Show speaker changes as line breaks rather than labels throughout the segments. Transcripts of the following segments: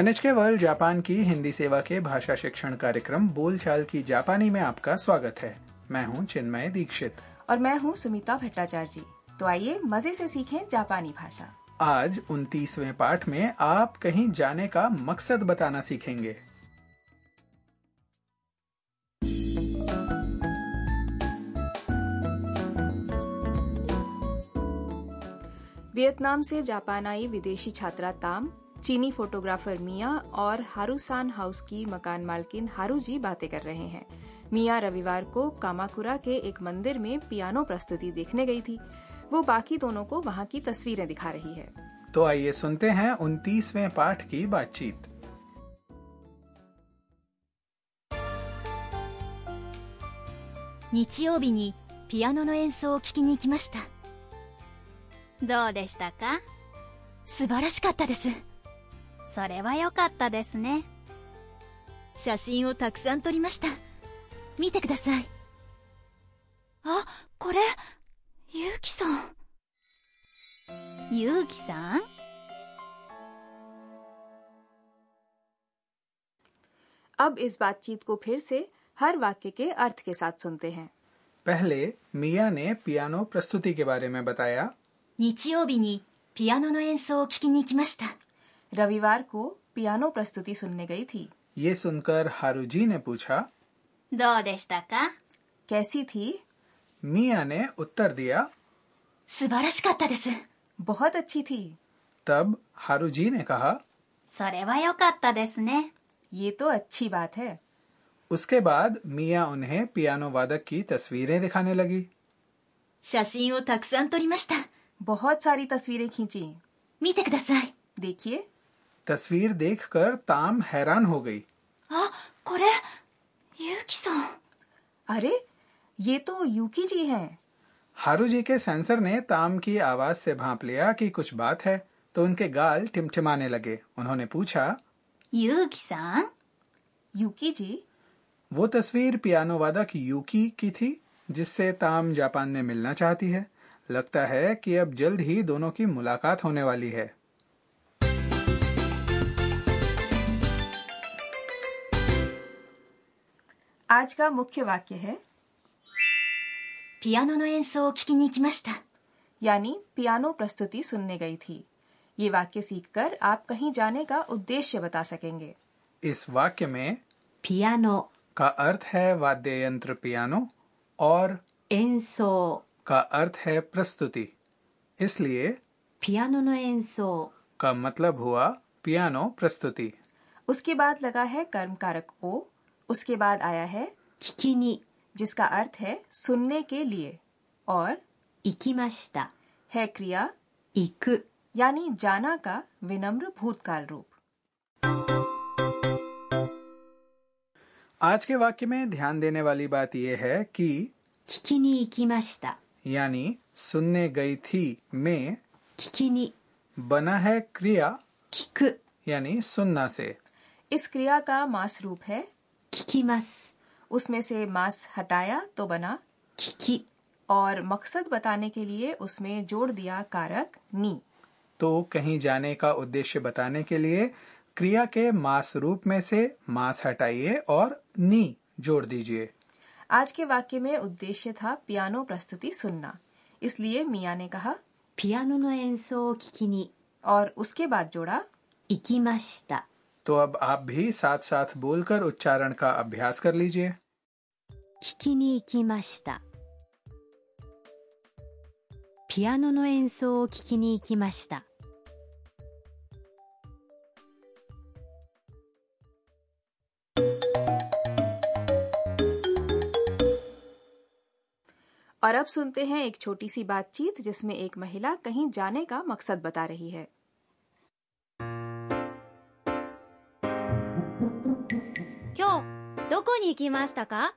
N H K world Japan की हिंदी सेवा के भाषा शिक्षण कार्यक्रम बोलचाल की जापानी में आपका स्वागत है मैं हूं चिन्मय दीक्षित
और मैं हूँ सुमिता भट्टाचार्य जी तो आइए मजे से सीखें जापानी भाषा
आज उनतीसवें पाठ में आप कहीं जाने का मकसद बताना सीखेंगे
वियतनाम से जापान आई विदेशी छात्रा ताम चीनी फोटोग्राफर मिया और हारूसान हाउस की मकान मालकिन हारू जी बातें कर रहे हैं मिया रविवार को कामाकुरा के एक मंदिर में पियानो प्रस्तुति देखने गई थी वो बाकी दोनों को वहाँ की तस्वीरें दिखा रही है
तो आइए सुनते हैं उनतीसवें पाठ की बातचीत
日曜日にピアノの演奏を聴きに行きました
どうでしたか
素晴らしかったです
それは良かったですね
写真をたくさん撮りました見てくださいあこれゆうきさん
ゆうきさん
अब इस बातचीत को फिर से हर वाक्य के अर्थ के साथ सुनते हैं
पहले मिया ने पियानो प्रस्तुति के बारे में बताया
日曜日にピアノの演奏を聴きに行きました
रविवार को पियानो प्रस्तुति सुनने गई थी
ये सुनकर हारूजी ने पूछा
どうでしたか
कैसी थी
मिया ने उत्तर दिया
素晴らしかったです
बहुत अच्छी थी
तब हारूजी ने कहा
それは良かったですね
ये तो अच्छी बात है
उसके बाद मिया उन्हें पियानो वादक की तस्वीरें दिखाने लगी
写真をたくさん撮りました
बहुत सारी तस्वीरें खींची
見てください
देखिए
तस्वीर देखकर ताम हैरान हो गई
あこれゆうきさん
अरे ये तो यूकी जी हैं
हारूजी के सेंसर ने ताम की आवाज से भांप लिया कि कुछ बात है तो उनके गाल टिमटिमाने लगे उन्होंने पूछा
ゆうきさん
यूकी जी
वो तस्वीर पियानो वादक यूकी की थी जिससे ताम जापान में मिलना चाहती है लगता है कि अब जल्द ही दोनों की मुलाकात होने वाली है
आज का मुख्य वाक्य है
ピアノの演奏を聴きに行きました
यानी पियानो प्रस्तुति सुनने गई थी ये वाक्य सीखकर आप कहीं जाने का उद्देश्य बता सकेंगे
इस वाक्य में
ピアノ
का अर्थ है वाद्य यंत्र पियानो और
演奏
का अर्थ है प्रस्तुति इसलिए
ピアノの演奏
का मतलब हुआ पियानो प्रस्तुति
उसके बाद लगा है कर्म कारक ओ उसके बाद आया है
聞きに
जिसका अर्थ है सुनने के लिए और
行きました
है क्रिया
行く
यानी जाना का विनम्र भूतकाल रूप
आज के वाक्य में ध्यान देने वाली बात यह है कि
聞きに行きました
यानी सुनने गई थी में
聞きに
बना है क्रिया
聞く
यानी सुनना से
इस क्रिया का मास रूप है
聞きます
उसमें से मास हटाया तो बना
聞き
और मकसद बताने के लिए उसमें जोड़ दिया कारक नी
तो कहीं जाने का उद्देश्य बताने के लिए क्रिया के मास रूप में से मास हटाइए और नी जोड़ दीजिए
आज के वाक्य में उद्देश्य था पियानो प्रस्तुति सुनना इसलिए मिया ने कहा
ピアノの演奏を聞きに
और उसके बाद जोड़ा
行きました
तो अब आप भी साथ साथ बोलकर उच्चारण का अभ्यास कर लीजिए
聞きに行きましたピアノの演奏を聞きに行きました
और अब सुनते हैं एक छोटी सी बातचीत जिसमें एक महिला कहीं जाने का मकसद बता रही है
今日どこに行きましたか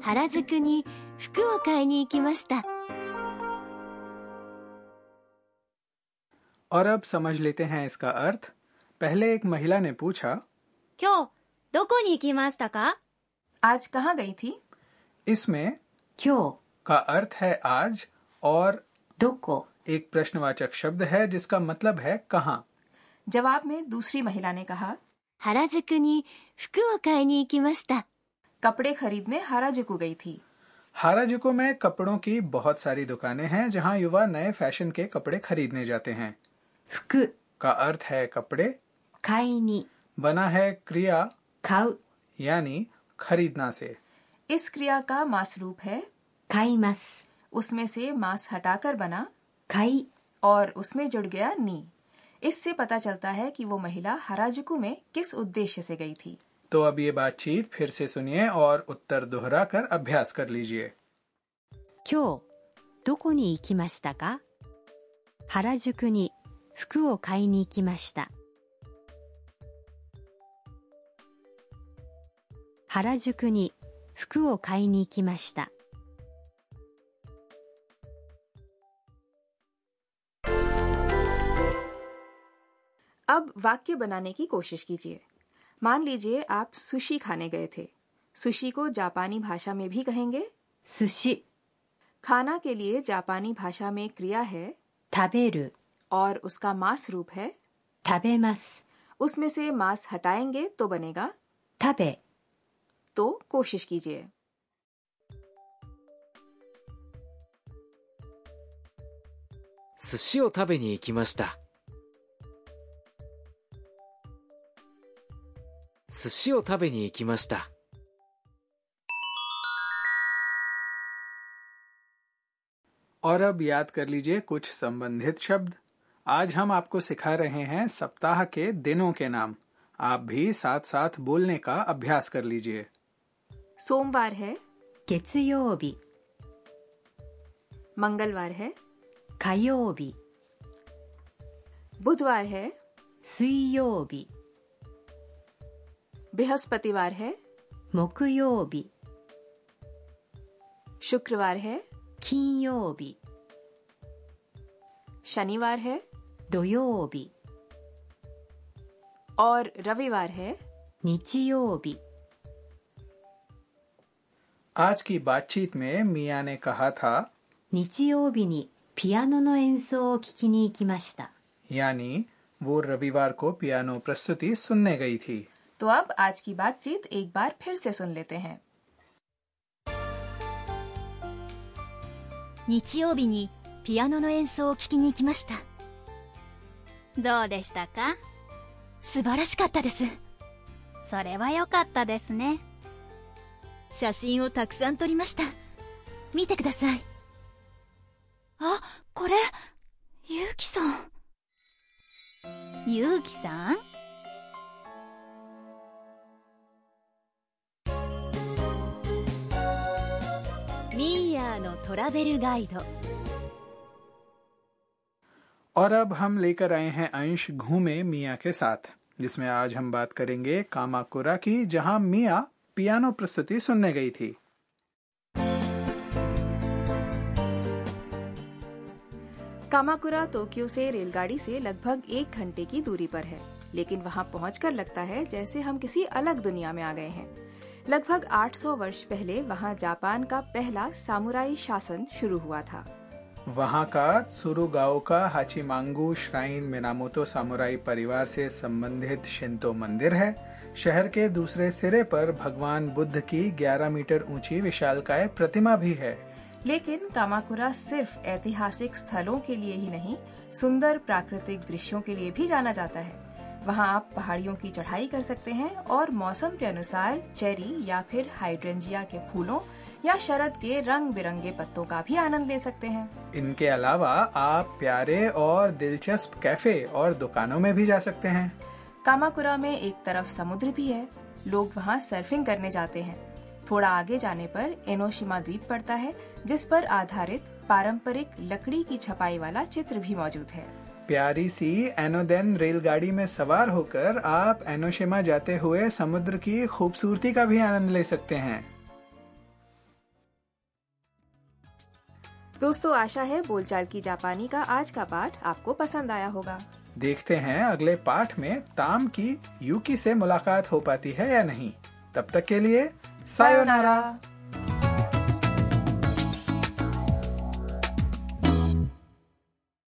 原宿に服を買いに行きました
और अब समझ लेते हैं इसका अर्थ पहले एक महिला ने पूछा
今日どこに行きましたか
आज कहाँ गई थी
इसमें
今日
का अर्थ है आज और
どこ
एक प्रश्नवाचक शब्द है जिसका मतलब है कहाँ
जवाब में दूसरी महिला ने कहा
原宿に服を買いに行きました。
कपड़े खरीदने हाराजुकू गई थी
हाराजुकू में कपड़ों की बहुत सारी दुकानें हैं जहां युवा नए फैशन के कपड़े खरीदने जाते हैं
服、
का अर्थ है कपड़े
買いに、
बना है क्रिया
買う、
यानी खरीदना से
इस क्रिया का मास रूप है
買います。
उसमें से मास हटाकर बना
買い、
और उसमें जुड़ गया नी इससे पता चलता है कि वो महिला हराजुकू में किस उद्देश्य से गई थी
तो अब ये बातचीत फिर से सुनिए और उत्तर दोहरा कर अभ्यास कर लीजिए
今日どこに行きましたか原宿に服を買いに行きました原宿に服を買いに行きました
अब वाक्य बनाने की कोशिश कीजिए मान लीजिए आप सुशी खाने गए थे सुशी को जापानी भाषा में भी कहेंगे
寿司
खाना के लिए जापानी भाषा में क्रिया है
食べる
और उसका मास रूप है
食べます
उसमें से मांस हटाएंगे तो बनेगा
食べ
तो कोशिश कीजिए
寿司を食べに行きました寿司を食べに行きました。
और अब याद कर लीजिए कुछ संबंधित शब्द आज हम आपको सिखा रहे हैं सप्ताह के दिनों के नाम आप भी साथ साथ बोलने का अभ्यास कर लीजिए
सोमवार है
月曜日
मंगलवार है
火曜日
बुधवार है
水曜日
बृहस्पतिवार है
木曜日
शुक्रवार है
金曜日
शनिवार है
土曜日
और रविवार है
日曜日
आज की बातचीत में मिया ने कहा था
日曜日にピアノの演奏を聴きに行きました
यानी वो रविवार को पियानो प्रस्तुति सुनने गई थी
तो अब आज की बातचीत एक बार फिर से सुन लेते हैं
日曜日にピアノの演奏を聴きに行きました。
どうでしたか
素晴らしかったです。
それは良かったですね。
写真をたくさん撮りました。見てください。あ、これ、ゆうきさん。
ゆうきさん
ミーヤーのトラベルガイド。
और अब हम लेकर आए हैं अंश घूमे मिया के साथ जिसमें आज हम बात करेंगे कामाकुरा की जहां मिया पियानो प्रस्तुति सुनने गई थी
कामाकुरा टोक्यो से रेलगाड़ी से लगभग एक घंटे की दूरी पर है लेकिन वहां पहुंचकर लगता है जैसे हम किसी अलग दुनिया में आ गए हैं लगभग 800 वर्ष पहले वहां जापान का पहला सामुराई शासन शुरू हुआ था
वहां का सुरुगाओ का हाचीमांगू श्राइन मिनामोतो सामुराई परिवार से संबंधित शिंतो मंदिर है शहर के दूसरे सिरे पर भगवान बुद्ध की 11 मीटर ऊंची विशालकाय प्रतिमा भी है
लेकिन कामाकुरा सिर्फ ऐतिहासिक स्थलों के लिए ही नहीं सुंदर प्राकृतिक दृश्यों के लिए भी जाना जाता है वहाँ आप पहाड़ियों की चढ़ाई कर सकते हैं और मौसम के अनुसार चेरी या फिर हाइड्रेंजिया के फूलों या शरद के रंग बिरंगे पत्तों का भी आनंद ले सकते हैं
इनके अलावा आप प्यारे और दिलचस्प कैफे और दुकानों में भी जा सकते हैं
कामाकुरा में एक तरफ समुद्र भी है लोग वहाँ सर्फिंग करने जाते हैं थोड़ा आगे जाने पर एनोशिमा द्वीप पड़ता है जिस पर आधारित पारंपरिक लकड़ी की छपाई वाला चित्र भी मौजूद है
प्यारी सी एनोदेन रेलगाड़ी में सवार होकर आप एनोशिमा जाते हुए समुद्र की खूबसूरती का भी आनंद ले सकते हैं
दोस्तों आशा है बोलचाल की जापानी का आज का पाठ आपको पसंद आया होगा
देखते हैं अगले पाठ में ताम की यूकी से मुलाकात हो पाती है या नहीं तब तक के लिए सायोनारा